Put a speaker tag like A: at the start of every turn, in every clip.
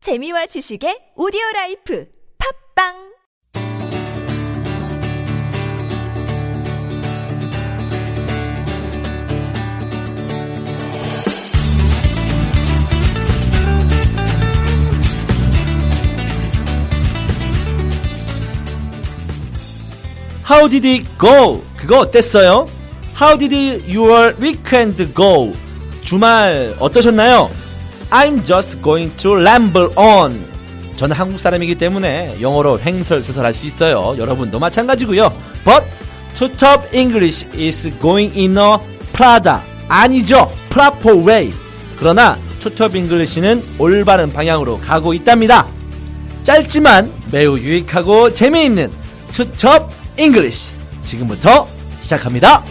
A: 재미와 지식의 오디오 라이프 팝빵
B: How did it go? 그거 어땠어요? How did your weekend go? 주말 어떠셨나요? I'm just going to ramble on. 저는 한국 사람이기 때문에 영어로 횡설수설할 수 있어요. 여러분도 마찬가지고요. But to top English is going in a Prada. 아니죠. Proper way. 그러나 투톱 잉글리시는 올바른 방향으로 가고 있답니다. 짧지만 매우 유익하고 재미있는 투첩 잉글리시 지금부터 시작합니다.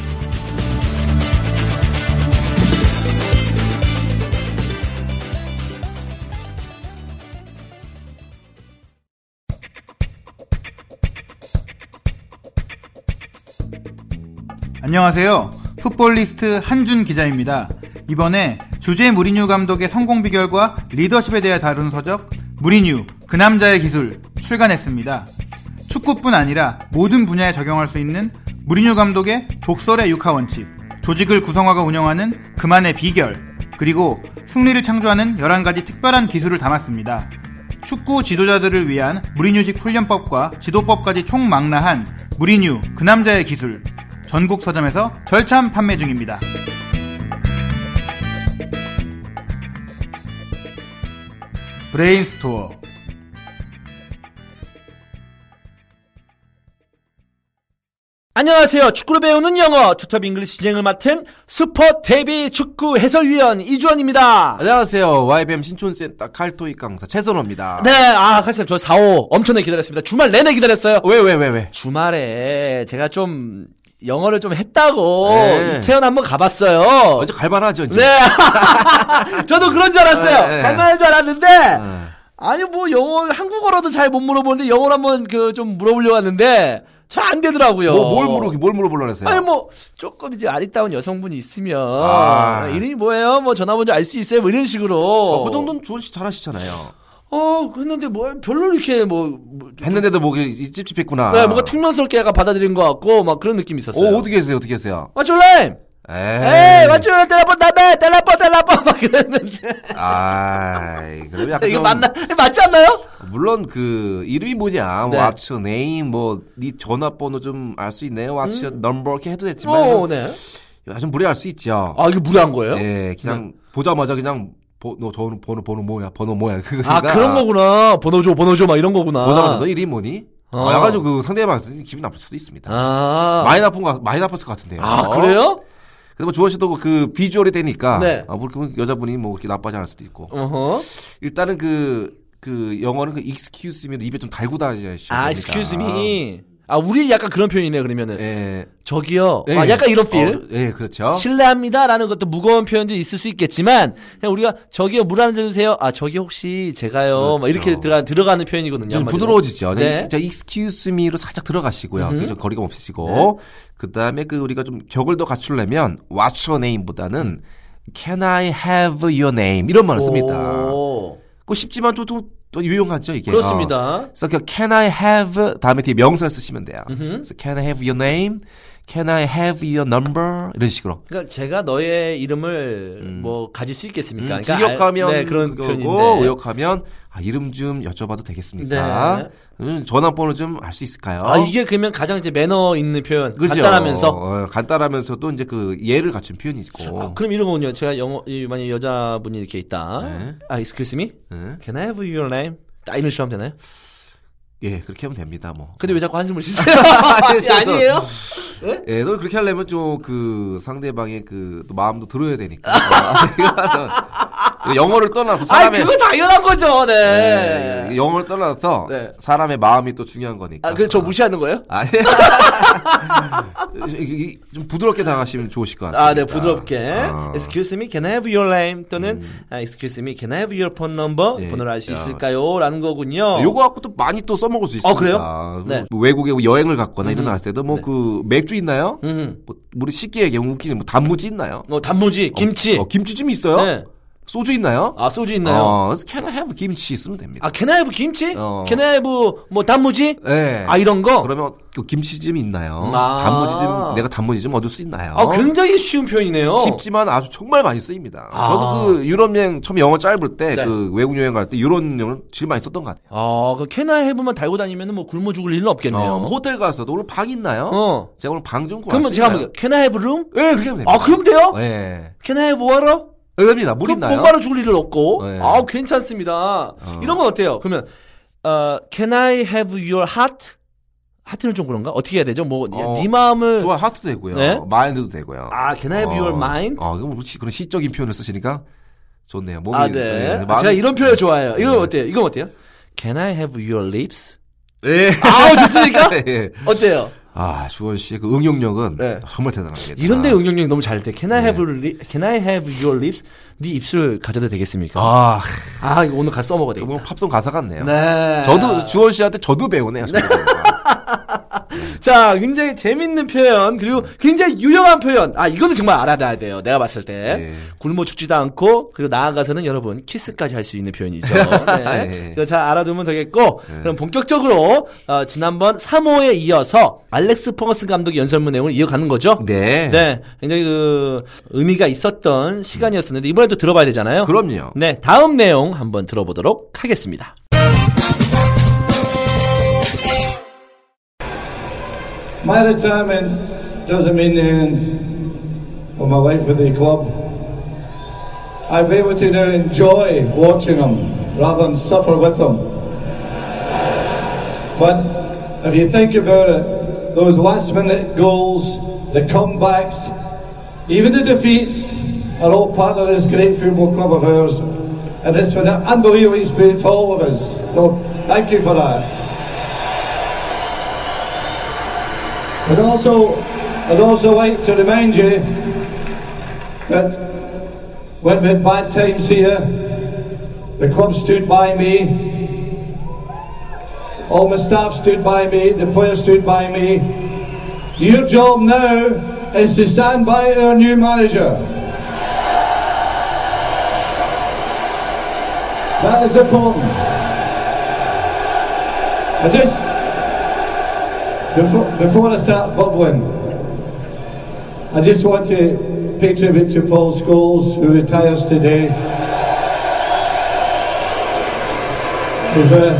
C: 안녕하세요. 풋볼리스트 한준 기자입니다. 이번에 주제 무리뉴 감독의 성공 비결과 리더십에 대해 다룬 서적 무리뉴 그 남자의 기술 출간했습니다. 축구뿐 아니라 모든 분야에 적용할 수 있는 무리뉴 감독의 독설의 육하 원칙, 조직을 구성화가 운영하는 그만의 비결, 그리고 승리를 창조하는 11가지 특별한 기술을 담았습니다. 축구 지도자들을 위한 무리뉴식 훈련법과 지도법까지 총망라한 무리뉴 그 남자의 기술 전국 서점에서 절찬 판매 중입니다. 브레인스토어
B: 안녕하세요. 축구를 배우는 영어 투톱 잉글리시 진행을 맡은 슈퍼 데뷔 축구 해설위원 이주원입니다.
D: 안녕하세요. YBM 신촌센터 칼토익 강사 최선호입니다.
B: 네, 아, 칼쌤, 저 4호 엄청나게 기다렸습니다. 주말 내내 기다렸어요.
D: 왜, 왜, 왜, 왜?
B: 주말에 제가 좀 영어를 좀 했다고
D: 네.
B: 이태원 한번 가봤어요.
D: 먼저 갈발하죠, 이제.
B: 네. 저도 그런 줄 알았어요.
D: 네, 네.
B: 갈만한 줄 알았는데. 아니 뭐 영어 한국어로도 잘 못 물어보는데 영어로 한번 그 좀 물어보려고 하는데 잘 안 되더라고요.
D: 뭐, 뭘 물어, 뭘 물어보려고 했어요?
B: 아니 뭐 조금 이제 아리따운 여성분이 있으면
D: 아.
B: 이름이 뭐예요? 뭐 전화번호 알 수 있어요? 뭐 이런 식으로.
D: 어, 그 정도는 주원씨 잘하시잖아요.
B: 어, 그랬는데 뭐 별로 이렇게 뭐, 뭐
D: 했는데도 목이 찝찝했구나.
B: 네, 뭔가 퉁명스럽게 약간 받아들인 것 같고 막 그런 느낌이 있었어요.
D: 오, 아. 어떻게 했어요, 어떻게 했어요?
B: What's your name? 에이,
D: 에이.
B: What's your telephone number? Telephone, telephone 막 그랬는데.
D: 아이, 그럼 약간.
B: 이거
D: 좀-
B: 맞나? 맞지 않나요?
D: 물론 그, 이름이 뭐냐. 뭐,
B: 네.
D: what's your name, 뭐, 네 전화번호 좀 알 수 있네요. what's your number, 이렇게 해도 됐지만.
B: 어, 음. 네.
D: 야, 좀 무례할 수 있죠.
B: 아, 이게 무례한 거예요?
D: 예, 그냥 보자마자 그냥 보, 너 번호 번호 번호 뭐야 번호 뭐야 그러니까
B: 아, 그런 거구나. 번호 줘, 번호 줘, 막 이런 거구나.
D: 보자마자 너 이름이 뭐니?
B: 어.
D: 어. 약간 좀그 상대방한테 기분 나쁠 수도 있습니다.
B: 아.
D: 많이 나쁜 거 많이 나빴을 것 같은데요.
B: 아, 그래요?
D: 근데 뭐 주원 씨도 그 비주얼이 되니까
B: 네.
D: 아, 뭐 그러면 여자분이 뭐 그렇게 나빠지 않을 수도 있고
B: 어허.
D: 일단은 그. 그 영어는 그 excuse me를 입에 좀 달고 다니시
B: 아, excuse me. 아, 우리 약간 그런 표현이네, 그러면은.
D: 예.
B: 저기요.
D: 예.
B: 아, 약간 이런 필.
D: 어, 예, 그렇죠.
B: 실례합니다라는 것도 무거운 표현도 있을 수 있겠지만 그냥 우리가 저기요 물 하나 주세요. 아 저기 혹시 제가요. 막 이렇게 들어가, 들어가는 표현이거든요.
D: 좀
B: 한마디로.
D: 부드러워지죠.
B: 그렇죠. 네.
D: 네. 자, excuse me로 살짝 들어가시고요. 좀 거리가 없으시고.
B: 네.
D: 그 다음에 그 우리가 좀 격을 더 갖추려면 what's your name 보다는 can I have your name 이런 말을 씁니다.
B: 오,
D: 그 쉽지만 또, 또, 또 유용하죠,
B: 예.
D: 이게. 어.
B: 그렇습니다.
D: 그래서 그 can I have 다음에 뒤에 명사를 쓰시면 돼요. 그래서 can I have your name? Can I have your number? 이런 식으로.
B: 그러니까 제가 너의 이름을 뭐 가질 수 있겠습니까? 그러니까
D: 음, 지역하면
B: 아, 네, 그런
D: 음. 그거고
B: 표현인데.
D: 의역하면 아, 이름 좀 여쭤봐도 되겠습니까? 음, 전화번호 좀 알 수 있을까요?
B: 네. 아 이게 그러면 가장 이제 매너 있는 표현
D: 어? 그죠?
B: 간단하면서.
D: 어, 간단하면서도 이제 그 예를 갖춘 표현이고.
B: 아, 그럼 이런 거군요. 제가 영어 이, 만약에 여자분이 이렇게 있다.
D: 네.
B: 아 excuse me.
D: 예.
B: Can I have your name? 딱 이런 식으로 하면 되나요?
D: 예, 그렇게 하면 됩니다. 뭐.
B: 근데 왜 자꾸 한숨을 쉬세요? 아니에요?
D: 예, 너 그렇게 하려면 좀 그 상대방의 그또 마음도 들어야 되니까. 그 영어를 떠나서
B: 아
D: 사람의
B: 그거 당연한 거죠. 네.
D: 예, 영어를 떠나서
B: 네.
D: 사람의 마음이 또 중요한 거니까.
B: 아, 그저 무시하는 거예요?
D: 아니. 이- 이- 좀 부드럽게 당하시면 좋으실 것 같습니다.
B: 아, 네, 부드럽게.
D: 아.
B: Excuse me, can I have your name? 또는 아, Excuse me, can I have your phone number?
D: 예.
B: 번호를 알 수
D: 야. 아,
B: 있을까요? 라는 거군요.
D: 요거 갖고 또 많이 또 써먹을 수 있습니다.
B: 어, 그래요? 네.
D: 뭐 외국에 뭐 여행을 갔거나 이런 데 갔을 때도 뭐 그 맥주 있나요?
B: 음.
D: 뭐 우리 식기의 경우 웃기는 뭐 단무지 있나요?
B: 어, 단무지, 김치.
D: 어, 김치 좀 있어요?
B: 네.
D: 소주 있나요?
B: 아 소주 있나요?
D: 어, 그래서 can I have 김치 있으면 됩니다.
B: 아 캐나이브 김치?
D: 어.
B: 캐나이브 뭐 단무지?
D: 예.
B: 아 이런 거?
D: 그러면 그 김치찜 있나요?
B: 아.
D: 단무지찜 내가 단무지찜 얻을 수 있나요?
B: 아 굉장히 쉬운 표현이네요.
D: 쉽지만 아주 정말 많이 쓰입니다.
B: 아.
D: 저도 그 유럽 여행 처음 영어 짧을 때 그
B: 네.
D: 외국 여행 갈 때 이런 영어 제일 많이 썼던 것 같아요.
B: 아그 캐나이브만 달고 다니면은 뭐 굶어 죽을 일은 없겠네요.
D: 어, 뭐 호텔 가서도 오늘 방 있나요?
B: 어.
D: 제가 오늘 방 좀 구할
B: 그러면
D: 수
B: 제가
D: 있나요?
B: 한번 캐나이브 룸?
D: 예, 그렇게 하면 됩니다.
B: 아 그럼 돼요?
D: 예.
B: 캐나이브 워러?
D: 됩니다. 물
B: 그럼
D: 있나요?
B: 목마르 죽을 일은 없고.
D: 네.
B: 아 괜찮습니다. 이런 건 어때요? 그러면 어, Can I have your heart? 하트는 좀 그런가? 어떻게 해야 되죠? 뭐
D: 어,
B: 네 마음을
D: 좋아, 하트 되고요.
B: 네?
D: 마인드도 되고요.
B: 아, can I have your mind?
D: 어, 이거 혹시 그런 시적인 표현을 쓰시니까 좋네요. 몸이
B: 아, 네.
D: 예,
B: 아,
D: 마음이-
B: 제가 이런 표현 좋아해요. 이건
D: 네.
B: 어때요? 이건 어때요? Can I have your lips?
D: 예.
B: 아우, 좋습니까?
D: 예.
B: 어때요?
D: 아, 주원 씨의 그 응용력은
B: 네.
D: 정말 대단합니다.
B: 이런데 응용력이 너무 잘 돼. Can I have your li- Can I have your lips? 네 입술 가져도 되겠습니까?
D: 아,
B: 아, 이거 오늘 가서 써먹어야 되겠다.
D: 너무 팝송 가사 같네요.
B: 네.
D: 저도 주원 씨한테 저도 배우네요.
B: 자, 굉장히 재밌는 표현, 그리고 굉장히 유용한 표현. 아, 이거는 정말 알아놔야 돼요. 내가 봤을 때.
D: 네.
B: 굶어 죽지도 않고, 그리고 나아가서는 여러분, 키스까지 할 수 있는 표현이죠. 네.
D: 네.
B: 이거 잘 알아두면 되겠고, 그럼 본격적으로, 어, 지난번 3호에 이어서 알렉스 퍼거슨 감독의 연설문 내용을 이어가는 거죠.
D: 네.
B: 네. 굉장히 그, 의미가 있었던 시간이었었는데, 이번에도 들어봐야 되잖아요.
D: 그럼요.
B: 네. 다음 내용 한번 들어보도록 하겠습니다.
E: My retirement doesn't mean the end of my life with the club. I'll be able to now enjoy watching them rather than suffer with them. But if you think about it, those last minute goals, the comebacks, even the defeats are all part of this great football club of ours. And it's been an unbelievable experience for all of us. So thank you for that. I'd also, I'd also like to remind you that when we had bad times here, the club stood by me, all my staff stood by me, the players stood by me. Your job now is to stand by our new manager. That is important. I just. Before, before I start bubbling, I just want to pay tribute to Paul Scholes, who retires today. He's a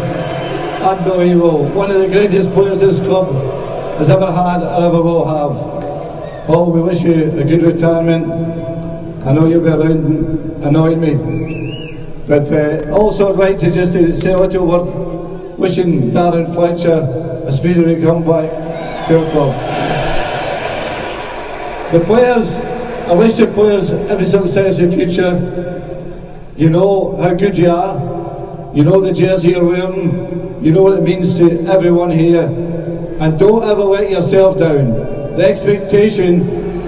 E: unbelievable, one of the greatest players this club has ever had or ever will have. Paul, we wish you a good retirement. I know you'll be around and annoying me. But uh, also, I'd like to just to say a little word wishing Darren Fletcher a speedy comeback to our club. The players, I wish the players every success in future. You know how good you are, you know the jersey you're wearing, you know what it means to everyone here. And don't ever let yourself down. The expectation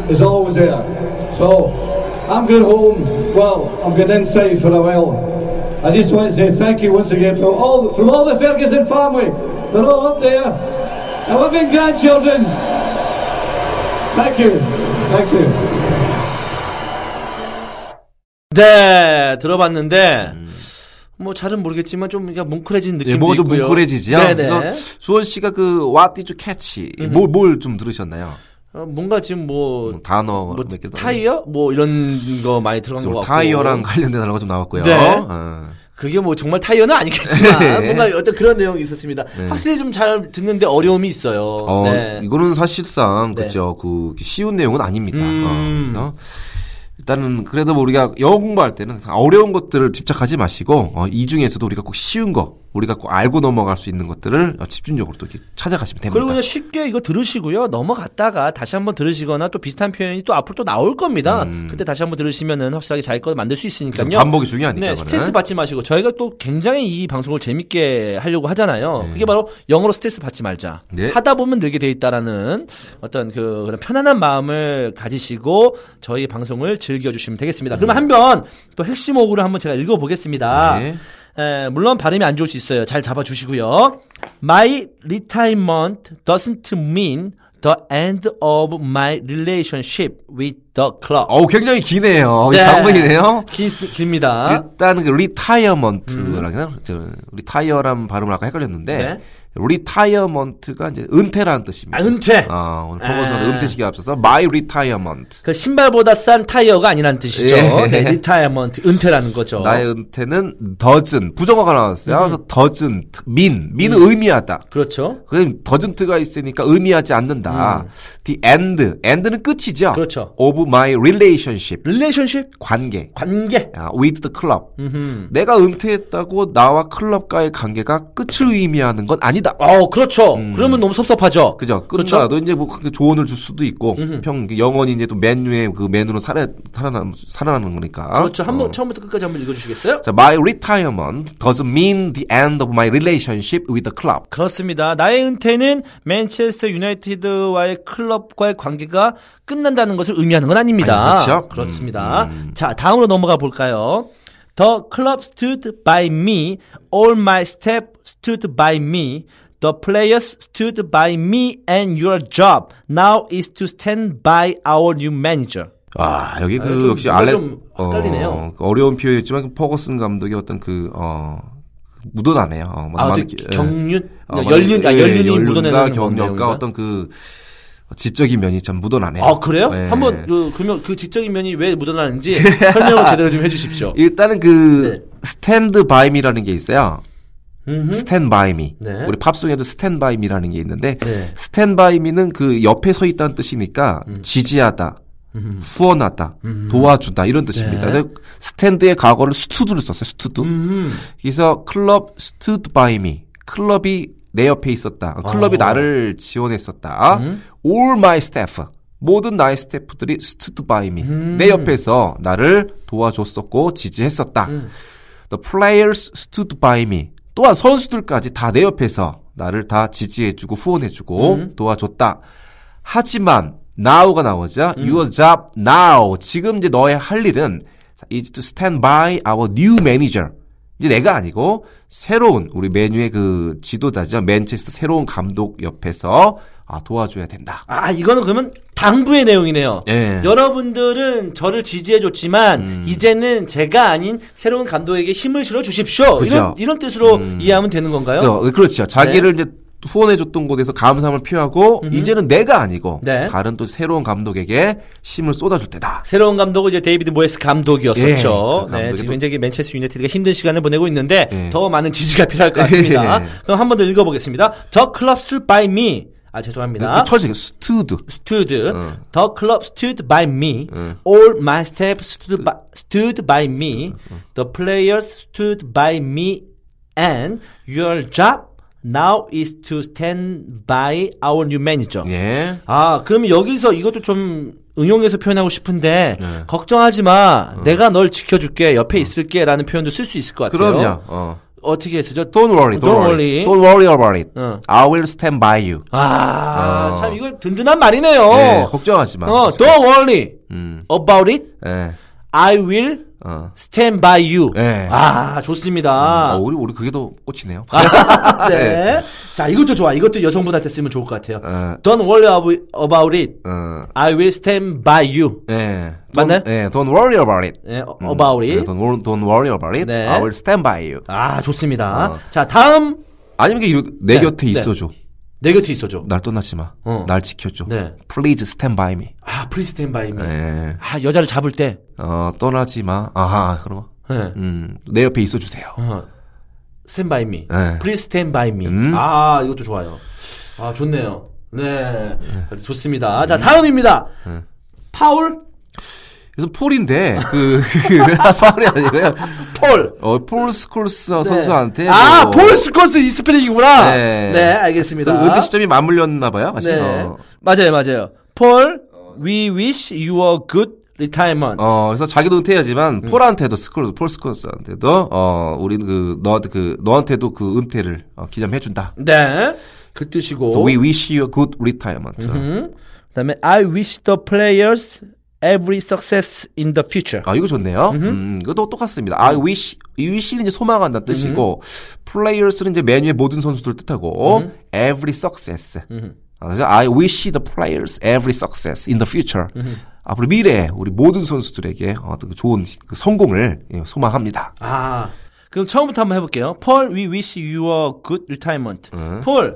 E: is always there. So, I'm going home. Well, I'm going inside for a while. I just want to say thank you once again from all from all the Ferguson family. They're all up there. I love you, grandchildren. Thank you. Thank you.
B: 네, 들어봤는데 뭐 잘은 모르겠지만 좀 그냥 뭉클해진 느낌도
D: 예, 뭐가 좀
B: 있고요.
D: 뭉클해지죠. 아,
B: 네네.
D: 그래서 주원 씨가 그 What did you catch? 뭘 좀 들으셨나요?
B: 어, 뭔가 지금
D: 음,
B: 뭐,
D: 단어
B: 뭐
D: 몇 개. 더.
B: 타이어 뭐 이런 거 많이 들어간 것
D: 좀
B: 같고
D: 타이어랑 관련된 단어가 좀 나왔고요.
B: 네.
D: 어.
B: 그게 뭐 정말 타이어는 아니겠지만
D: 네.
B: 뭔가 어떤 그런 내용이 있었습니다. 확실히 좀 잘 듣는데 어려움이 있어요.
D: 어,
B: 네.
D: 이거는 사실상
B: 네.
D: 그죠 그 쉬운 내용은 아닙니다.
B: 음.
D: 어, 그래서 일단은 그래도 뭐 우리가 영어 공부할 때는 항상 어려운 것들을 집착하지 마시고 어, 이 중에서도 우리가 꼭 쉬운 거 우리가 꼭 알고 넘어갈 수 있는 것들을 어, 집중적으로 또 이렇게 찾아가시면 됩니다.
B: 그리고 그냥 쉽게 이거 들으시고요. 넘어갔다가 다시 한번 들으시거나 또 비슷한 표현이 또 앞으로 또 나올 겁니다. 그때 다시 한번 들으시면은 확실하게 자기 거 만들 수 있으니까요.
D: 음. 그래서 반복이 중요하니까,
B: 네,
D: 그거는.
B: 스트레스 받지 마시고 저희가 또 굉장히 이 방송을 재밌게 하려고 하잖아요. 그게 바로 영어로 스트레스 받지 말자.
D: 네.
B: 하다 보면 늘게 돼 있다라는 어떤 그 그런 편안한 마음을 가지시고 저희 방송을 즐겨 주시면 되겠습니다. 그러면 한번 또 핵심 어구를 한번 제가 읽어 보겠습니다.
D: 네.
B: 에, 물론 발음이 안 좋을 수 있어요. 잘 잡아주시고요. My retirement doesn't mean the end of my relationship with the club.
D: 어우, 굉장히 기네요. 이
B: 네. 아?
D: 장문이네요.
B: 기스 길입니다.
D: 일단 그 리타이어먼트라는 리타이어란 발음을 아까 헷갈렸는데
B: 음. 네.
D: 리타이어먼트가 이제 은퇴라는 뜻입니다.
B: 아, 은퇴.
D: 어, 오늘 포고선
B: 아.
D: 은퇴식에 앞서서 my retirement.
B: 그 신발보다 싼 타이어가 아니라는 뜻이죠.
D: 예.
B: 네, 리타이어먼트 음. 은퇴라는 거죠.
D: 나의 은퇴는 더즌 부정어가 나왔어요. 그래서 더즌 민 민은
B: 음.
D: 의미하다.
B: 그렇죠.
D: 그 더즌트가 있으니까 의미하지 않는다. The end end는 끝이죠.
B: 음. 그렇죠.
D: Of my relationship
B: 릴레이션십
D: 관계
B: 관계.
D: 아, with the club. 내가 은퇴했다고 나와 클럽과의 관계가 끝을 의미하는 건 아니다.
B: 어, 그렇죠. 그러면 너무 섭섭하죠.
D: 그죠.
B: 그렇죠.
D: 끝나도 이제 뭐 그 조언을 줄 수도 있고 평 영원히 이제 또 맨유의 그 맨으로 살아 살아남 살아나는 거니까.
B: 그렇죠. 한번
D: 어.
B: 처음부터 끝까지 한번 읽어주시겠어요?
D: 자, my retirement doesn't mean the end of my relationship with the club.
B: 그렇습니다. 나의 은퇴는 맨체스터 유나이티드와의 클럽과의 관계가 끝난다는 것을 의미하는 건 아닙니다.
D: 아니, 그렇죠.
B: 습니다 자, 다음으로 넘어가 볼까요? The club stood by me. All my staff stood by me. The players stood by me and your job now is to stand by our new manager.
D: 아, 여기 그
B: 좀
D: 역시
B: 뭔가
D: 알레
B: 좀 헷갈리네요.
D: 어, 어려운 표현이지만 퍼거슨 감독의 어떤 그 어, 묻어나네요. 어,
B: 아,
D: 많은
B: 어떻게
D: 기- 예.
B: 경륜,
D: 어,
B: 연륜, 아,
D: 예,
B: 연륜이
D: 연륜과
B: 묻어내는
D: 경력과 어떤 그 지적인 면이 참 묻어나네요.
B: 아 그래요?
D: 예.
B: 한번 그 그러면 그 지적인 면이 왜 묻어나는지 설명을 제대로 좀 해주십시오.
D: 일단은 그
B: 네.
D: 스탠드 바이미라는 게 있어요.
B: 음흠.
D: 스탠 바이미.
B: 네.
D: 우리 팝송에도 스탠 바이미라는 게 있는데
B: 네.
D: 스탠 바이미는 그 옆에 서 있다는 뜻이니까
B: 음.
D: 지지하다. 후원하다, 도와주다 이런 뜻입니다.
B: 네.
D: 그래서 스탠드의 과거를 스투드를 썼어요. 스투드.
B: 음.
D: 그래서 클럽 스투드 바이미. 클럽이 내 옆에 있었다.
B: 어.
D: 클럽이 나를 지원했었다.
B: 음.
D: All my staff. 모든 나의 스태프들이 스투드 바이미.
B: 음.
D: 내 옆에서 나를 도와줬었고 지지했었다.
B: 음.
D: The players stood by me. 또한 선수들까지 다 내 옆에서 나를 다 지지해주고 후원해주고 도와줬다. 하지만 now가 나오죠. Your job now. 지금 이제 너의 할 일은 is to stand by our new manager. 이제 내가 아니고 새로운 우리 메뉴의 그 지도자죠. 맨체스터 새로운 감독 옆에서 아, 도와줘야 된다.
B: 아 이거는 그러면 당부의 내용이네요.
D: 예. 음.
B: 여러분들은 저를 지지해줬지만 이제는 제가 아닌 새로운 감독에게 힘을 실어 주십시오. 이런
D: 그죠. 음.
B: 이런 뜻으로 이해하면 되는 건가요? 네.
D: 그죠. 그렇죠. 자기를 이제 후원해줬던 곳에서 감사함을 표하고 이제는 내가 아니고
B: 네.
D: 다른 또 새로운 감독에게 힘을 쏟아줄 때다.
B: 새로운 감독은 이제 데이비드 모에스 감독이었었죠.
D: 예, 그
B: 네,
D: 감독이
B: 지금
D: 또-
B: 현재 이게 맨체스터 유나이티드가 힘든 시간을 보내고 있는데
D: 예.
B: 더 많은 지지가 필요할 것 같습니다.
D: 예.
B: 그럼 한 번 더 읽어보겠습니다. The club stood by me. 아 죄송합니다.
D: 그 처지 스투드.
B: stood. The club stood by me. All my staff stood by, stood by me. The players stood by me. And your job now is to stand by our new manager.
D: 예.
B: 아, 그럼 여기서 이것도 좀 응용해서 표현하고 싶은데
D: 네.
B: 걱정하지 마. 내가 널 지켜줄게. 옆에 있을게라는 표현도 쓸 수 있을 것 같아요.
D: 그럼요. 어.
B: 어떻게 쓰죠?
D: Don't worry, don't,
B: Don't
D: worry.
B: worry.
D: Don't worry about it.
B: 어.
D: I will stand by you.
B: 아,
D: 어.
B: 참 이거 든든한 말이네요.
D: 예, 걱정하지 마.
B: 어, don't worry
D: 음.
B: about it.
D: 예.
B: I will
D: 어.
B: stand by you.
D: 네.
B: 아, 좋습니다.
D: 어, 우리 우리 그게 더 꽂히네요.
B: 네. 자, 이것도 좋아. 이것도 여성분한테 쓰면 좋을 것 같아요.
D: 어.
B: Don't worry ab- about it.
D: 어.
B: I will stand by you.
D: 예.
B: 맞나요?
D: Don't- 예. Don't worry about it.
B: 네, 어-
D: 음.
B: about
D: 예,
B: it.
D: Don't, wor- don't worry about it.
B: 네.
D: I will stand by you.
B: 아, 좋습니다.
D: 어.
B: 자, 다음
D: 아니면 이게 내
B: 네,
D: 곁에
B: 네.
D: 있어줘.
B: 내 곁에 있어줘.
D: 날 떠나지 마.
B: 어.
D: 날 지켜줘.
B: 네.
D: Please stand by me.
B: 아, please stand by me.
D: 예.
B: 아, 여자를 잡을 때.
D: 어, 떠나지 마. 아하, 그럼.
B: 네.
D: 음, 내 옆에 있어 주세요.
B: 어. stand by me.
D: 네. 음.
B: please stand by me. 아, 이것도 좋아요. 아, 좋네요. 네. 좋습니다. 자, 다음입니다.
D: 네.
B: 파울
D: 그래서 폴인데 그, 그 파울이 아니고요.
B: 폴.
D: 어, 폴 스콜스 선수한테
B: 네. 아,
D: 뭐-
B: 폴 스콜스 이 스펠링이구나. 네.
D: 네.
B: 알겠습니다.
D: 그 은퇴 시점이 맞물렸나 봐요. 사실.
B: 네.
D: 어.
B: 맞아요, 맞아요. 폴, we wish you a good retirement.
D: 어, 그래서 자기도
B: 음.
D: 은퇴하지만 폴한테도 스콜스 폴 스콜스한테도 어, 우리 그 너한테 그 너한테도 그 은퇴를 어, 기념해 준다.
B: 네. 그 뜻이고.
D: So we wish you a good retirement.
B: 음. 그다음에 I wish the players every success in the future.
D: 아, 이거 좋네요. 음, 이것도 똑같습니다. I wish, I wish는 이제 소망한다는 뜻이고, players는 이제 메뉴의 모든 선수들 뜻하고, every success. 아, 그래서 I wish the players every success in the future. 앞으로 미래에 우리 모든 선수들에게 어떤 그 좋은 그 성공을 예, 소망합니다.
B: 아. 그럼 처음부터 한번 해볼게요. Paul, we wish you a good retirement.
D: 네.
B: Paul,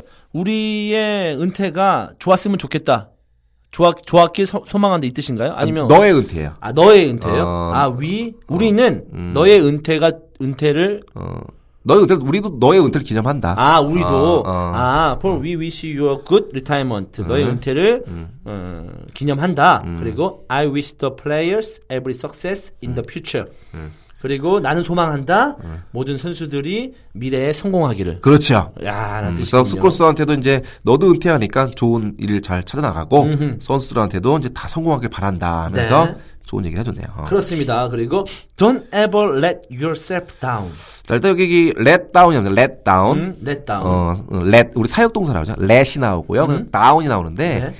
B: 우리의 은퇴가 좋았으면 좋겠다. 좋았, 좋았길 소, 소망한다 이 뜻인가요? 아니면
D: 너의 은퇴예요.
B: 아 너의 은퇴요?
D: 어. 음.
B: 아 we 우리는 너의 은퇴가 은퇴를
D: 어, 너의 은퇴 우리도 너의 은퇴를 기념한다.
B: 아 우리도
D: 어, 어.
B: 아 Paul, we wish you a good retirement. 너의
D: 음.
B: 은퇴를 어, 기념한다. 그리고 I wish the players every success in
D: 음.
B: the future. 그리고 나는 소망한다. 모든 선수들이 미래에 성공하기를.
D: 그렇죠.
B: 야, 나 뜻이군요.
D: 그래서 스콜스한테도 이제 너도 은퇴하니까 좋은 일을 잘 찾아나가고 선수들한테도 이제 다 성공하길 바란다 하면서
B: 네.
D: 좋은 얘기를 해줬네요. 어.
B: 그렇습니다. 그리고 don't ever let yourself down.
D: 자, 일단 여기 let down이랍니다. let down.
B: 음, let down.
D: 어, let 우리 사역 동사 나오죠. let이 나오고요. 그럼 down이 나오는데
B: 음. 네.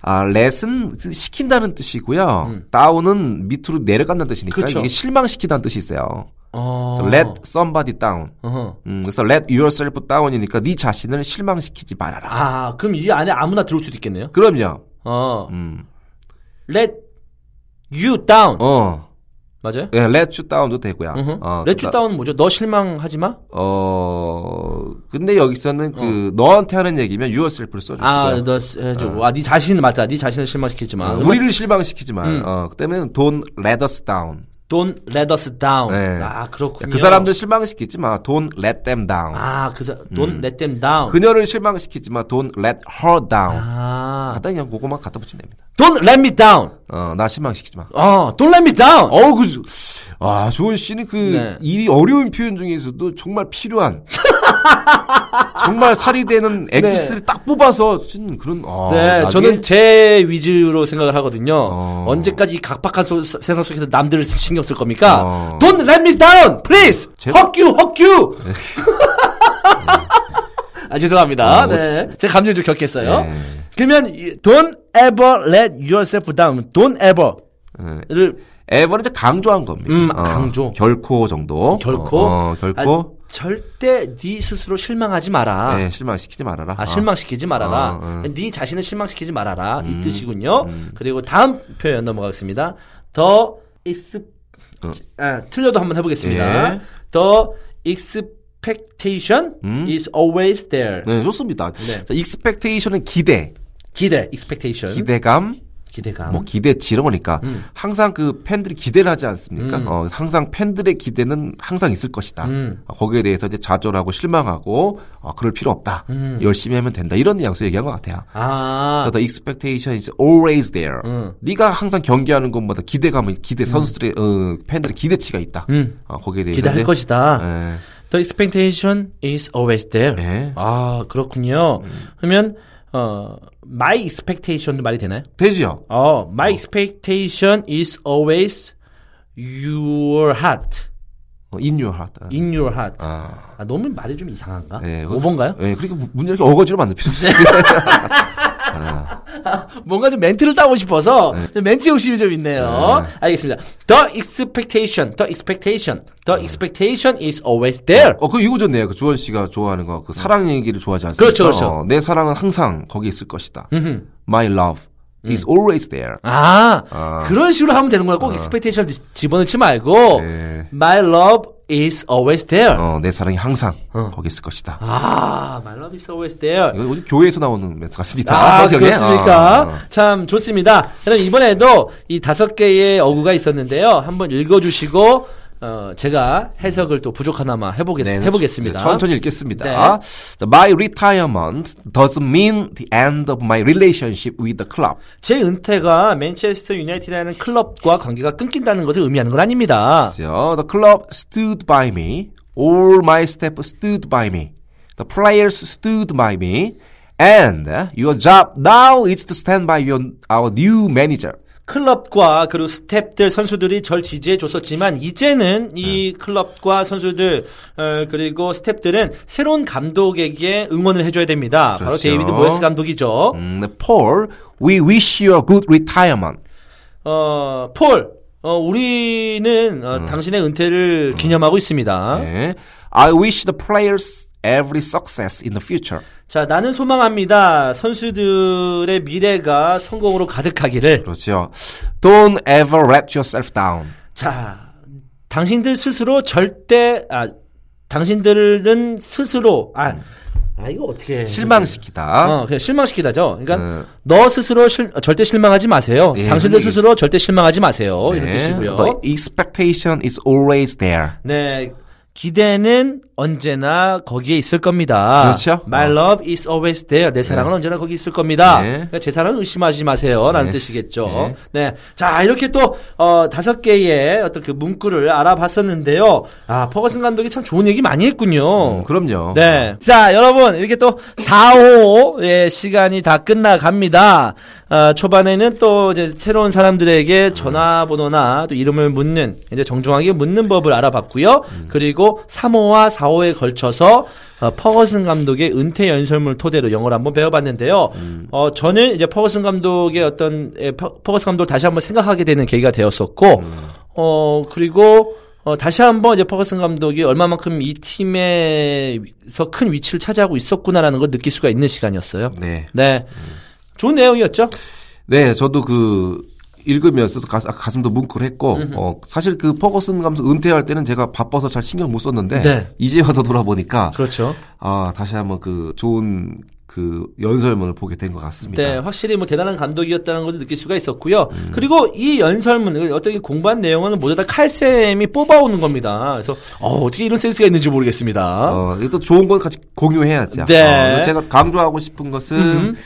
D: 아, let은 그 시킨다는 뜻이고요. down은 밑으로 내려간다는 뜻이니까
B: 음. 그쵸.
D: 이게 실망시키다는 뜻이 있어요.
B: 그렇죠. 어.
D: 그래서 let somebody down.
B: 어허.
D: 음, 그래서 let yourself down이니까 네 자신을 실망시키지 말아라.
B: 아, 그럼 이 안에 아무나 들어올 수도 있겠네요.
D: 그럼요.
B: 어.
D: 음.
B: let you down.
D: 어.
B: 맞아요?
D: 예, let you down도 되고요.
B: 어허.
D: 어,
B: let you
D: 그다-
B: down은 뭐죠? 너 실망하지 마?
D: 어, 근데 여기서는 그 너한테 하는 얘기면 yourself를 써 주시고요.
B: 어. 아, 너 스- 해주고. 아, 네 자신 맞다. 네 자신을 실망시키지 마.
D: 어,
B: 그러면
D: 우리를 실망시키지 마.
B: 음.
D: 어, 그 때문에 don't let us down.
B: don't let us down.
D: 네.
B: 아, 그렇군요.
D: 그 사람들 실망시키지 마. don't let them down.
B: 아, 그 사, don't let them down.
D: 음. 그녀를 실망시키지 마. don't let her down.
B: 아,
D: 간단히 그냥 그거만 갖다 붙이면 됩니다.
B: don't let me down.
D: 어, 나 실망시키지 마.
B: 어, don't let me down.
D: 어우, 그, 아, 조은 씨는 그,
B: 네.
D: 이 어려운 표현 중에서도 정말 필요한, 정말 살이 되는 엑기스를 딱 뽑아서 쓴 그런, 아,
B: 네,
D: 나중에-
B: 저는 제 위주로 생각을 하거든요.
D: 어.
B: 언제까지 이 각박한 소- 세상 속에서 남들을 신경 쓸 겁니까?
D: 어.
B: Don't let me down, please.
D: 제- 네.
B: Fuck you, fuck you. 아 죄송합니다.
D: 어, 뭐-
B: 네, 제 감정 좀 격했어요.
D: 네.
B: 그러면 이- Don't ever let yourself down. Don't ever를
D: 네. 에버는 이제 강조한 겁니다.
B: 음,
D: 어,
B: 강조.
D: 결코 정도.
B: 결코
D: 어, 어, 결코.
B: 아, 절대 네 스스로 실망하지 마라.
D: 네, 실망시키지 말아라.
B: 아, 실망시키지 말아라.
D: 어, 음, 어.
B: 네 자신을 실망시키지 말아라. 이 뜻이군요. 그리고 다음 표현 넘어가겠습니다. 더 익스 아, 틀려도 한번 해보겠습니다.
D: 어. 예.
B: 더 expectation is always there.
D: 음. 네, 좋습니다.
B: 네.
D: 자, expectation은 기대,
B: 기대, expectation.
D: 기대감,
B: 기대감.
D: 뭐 기대치 이런 거니까
B: 음.
D: 항상 그 팬들이 기대를 하지 않습니까? 어, 항상 팬들의 기대는 항상 있을 것이다.
B: 음.
D: 아, 거기에 대해서 이제 좌절하고 실망하고 아, 그럴 필요 없다. 열심히 하면 된다. 이런 양수 얘기한 것 같아요.
B: 음. 아, 음.
D: 그래서 the expectation is always there. 네가 항상 경기하는 것마다 기대감은 기대 선수들의 어, 팬들의 기대치가 있다. 아, 거기에 대해서
B: 음. 기대할
D: 이제,
B: 것이다.
D: 예.
B: The expectation is always there.
D: 예.
B: 아, 그렇군요.
D: 음.
B: 그러면, 어, my expectation도 말이 되나요?
D: 되지요.
B: 어, my expectation is always your heart.
D: 어, in your heart. 예.
B: In your heart. 아, 너무 말이 좀 이상한가?
D: 예, 그거-
B: 5번가요?
D: 예, 그렇게 문- 문제 이렇게 어거지로 만들 필요 없어요. 예.
B: 뭔가 좀 멘트를 따고 싶어서
D: 네.
B: 좀 멘트 욕심이 좀 있네요. 알겠습니다. The expectation, the expectation, the expectation is always there.
D: 네. 어, 그 이거 좋네요. 그 주원 씨가 좋아하는 거, 그 사랑 얘기를 좋아하지 않습니까?
B: 그렇죠, 그렇죠.
D: 어, 내 사랑은 항상 거기 있을 것이다. My love is
B: 음.
D: always there.
B: 아,
D: 아.
B: 그런 식으로 하면 되는 거야. 꼭 expectation 지- 집어넣지 말고
D: 네.
B: My love is always there.
D: 어, 내 사랑이 항상 거기 있을 것이다.
B: 아, my love is always there.
D: 이거 요즘 교회에서 나오는 멘트 같습니다.
B: 아,
D: 성경에.
B: 그렇습니까?
D: 어, 어.
B: 참 좋습니다. 그럼 이번에도 이 다섯 개의 어구가 있었는데요. 한번 읽어주시고 어, 제가 해석을 또 부족하나마 해보겠,
D: 네,
B: 해보겠습니다.
D: 네, 천천히 읽겠습니다.
B: 네.
D: 자, My retirement doesn't mean the end of my relationship with the club.
B: 제 은퇴가 맨체스터 유나이티드라는 클럽과 관계가 끊긴다는 것을 의미하는 건 아닙니다.
D: 그죠? The club stood by me. All my staff stood by me. The players stood by me. And your job now is to stand by your, our new manager.
B: 클럽과 그리고 스탭들 선수들이 절 지지해 줬었지만 이제는
D: 네.
B: 이 클럽과 선수들 어, 그리고 스탭들은 새로운 감독에게 응원을 해줘야 됩니다. 바로
D: 그렇죠.
B: 데이비드 모예스 감독이죠.
D: 음, Mm, Paul, we wish you a good retirement.
B: 어, 폴, 어,
D: 음.
B: 우리는 어, 당신의 은퇴를 기념하고 있습니다.
D: 네. I wish the players every success in the future.
B: 자, 나는 소망합니다. 선수들의 미래가 성공으로 가득하기를.
D: 그렇죠. Don't ever let yourself down.
B: 자, 당신들 스스로 절대 아 당신들은 스스로 아, 아 이거 어떻게 해.
D: 실망시키다.
B: 어, 그냥 실망시키다죠. 그러니까
D: 네.
B: 너 스스로 실- 절대 실망하지 마세요.
D: 예,
B: 당신들
D: 흔히-
B: 스스로 절대 실망하지 마세요. 이런
D: 네.
B: 뜻이고요.
D: The expectation is always there.
B: 네. 기대는 언제나 거기에 있을 겁니다.
D: 그렇죠.
B: My love is always there. 내 사랑은 언제나 거기 있을 겁니다.
D: 네.
B: 그러니까 제 사랑은 의심하지 마세요. 라는
D: 네.
B: 뜻이겠죠. 네. 자, 이렇게 또, 어, 다섯 개의 어떤 그 문구를 알아봤었는데요. 아, 퍼거슨 감독이 참 좋은 얘기 많이 했군요.
D: 음, 그럼요.
B: 네. 자, 여러분, 이렇게 또 4, 5, 예, 시간이 다 끝나갑니다. 아, 초반에는 또 이제 새로운 사람들에게 전화번호나 또 이름을 묻는, 이제 정중하게 묻는 법을 알아봤고요. 그리고 3호와 4호에 걸쳐서 어, 퍼거슨 감독의 은퇴 연설물 토대로 영어를 한번 배워봤는데요. 어, 저는 이제 퍼거슨 감독의 어떤, 예, 퍼, 거슨 감독을 다시 한번 생각하게 되는 계기가 되었었고, 어, 그리고 어, 다시 한번 이제 퍼거슨 감독이 얼마만큼 이 팀에서 큰 위치를 차지하고 있었구나라는 걸 느낄 수가 있는 시간이었어요.
D: 네.
B: 네. 좋은 내용이었죠?
D: 네, 저도 그 읽으면서도 가, 슴도 뭉클했고 어, 사실 그 퍼거슨 감독 은퇴할 때는 제가 바빠서 잘 신경 못 썼는데
B: 네.
D: 이제 와서 돌아보니까
B: 그렇죠.
D: 아 다시 한번 그 좋은 그 연설문을 보게 된 것 같습니다. 음.
B: 네, 확실히 뭐 대단한 감독이었다는 것을 느낄 수가 있었고요. 그리고 이 연설문, 어떻게 공부한 내용은 모두 다 칼쌤이 뽑아오는 겁니다. 그래서, 어, 어떻게 이런 센스가 있는지 모르겠습니다.
D: 어, 이게 또 좋은 건 같이 공유해야죠.
B: 네.
D: 어, 제가 강조하고 싶은 것은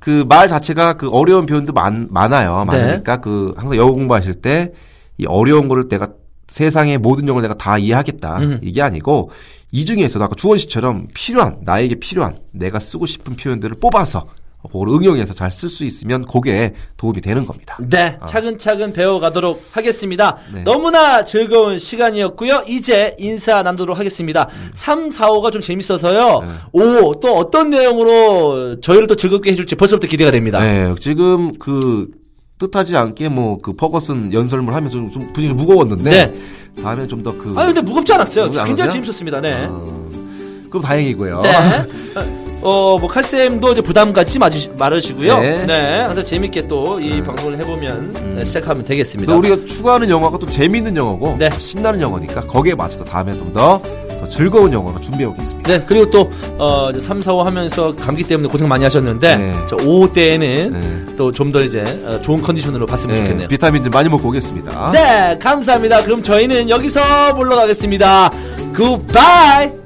D: 그 말 자체가 그 어려운 표현도 많, 많아요. 많으니까 그 항상 영어 공부하실 때 이 어려운 거를 내가 세상의 모든 영어를 내가 다 이해하겠다. 이게 아니고 이 중에서도 아까 주원 씨처럼 필요한 나에게 필요한 내가 쓰고 싶은 표현들을 뽑아서 그걸 응용해서 잘 쓸 수 있으면 그게 도움이 되는 겁니다.
B: 네, 차근차근 배워가도록 하겠습니다.
D: 아. 네.
B: 너무나 즐거운 시간이었고요. 이제 인사 나누도록 하겠습니다.
D: 음.
B: 3, 4, 5가 좀 재밌어서요.
D: 네.
B: 5, 또 어떤 내용으로 저희를 또 즐겁게 해줄지 벌써부터 기대가 됩니다.
D: 네, 지금 그 뜻하지 않게 뭐 그 퍼거슨 연설물 하면서 좀, 좀 분위기 무거웠는데 다음에 좀 더 그
B: 아 근데 무겁지 않았어요.
D: 무겁지
B: 굉장히
D: 않았어요? 아.
B: 재밌었습니다. 네.
D: 어, 그럼 다행이고요.
B: 네. 어, 뭐, 칼쌤도 이제 부담 갖지 마시, 말으시고요. 네.
D: 네.
B: 항상 재밌게 또 이 방송을 해보면 네, 시작하면 되겠습니다.
D: 또 우리가 추구하는 영화가 또 재미있는 영화고
B: 네.
D: 신나는 영화니까 거기에 맞춰서 다음에 좀 더 즐거운 영화로 준비해 오겠습니다.
B: 네, 그리고 또, 어, 이제 3, 4, 5 하면서 감기 때문에 고생 많이 하셨는데,
D: 네.
B: 저 5, 때에는
D: 네.
B: 또 좀 더 이제 어, 좋은 컨디션으로 봤으면 좋겠네요.
D: 비타민들 많이 먹고 오겠습니다.
B: 네, 감사합니다. 그럼 저희는 여기서 물러가겠습니다. 굿바이!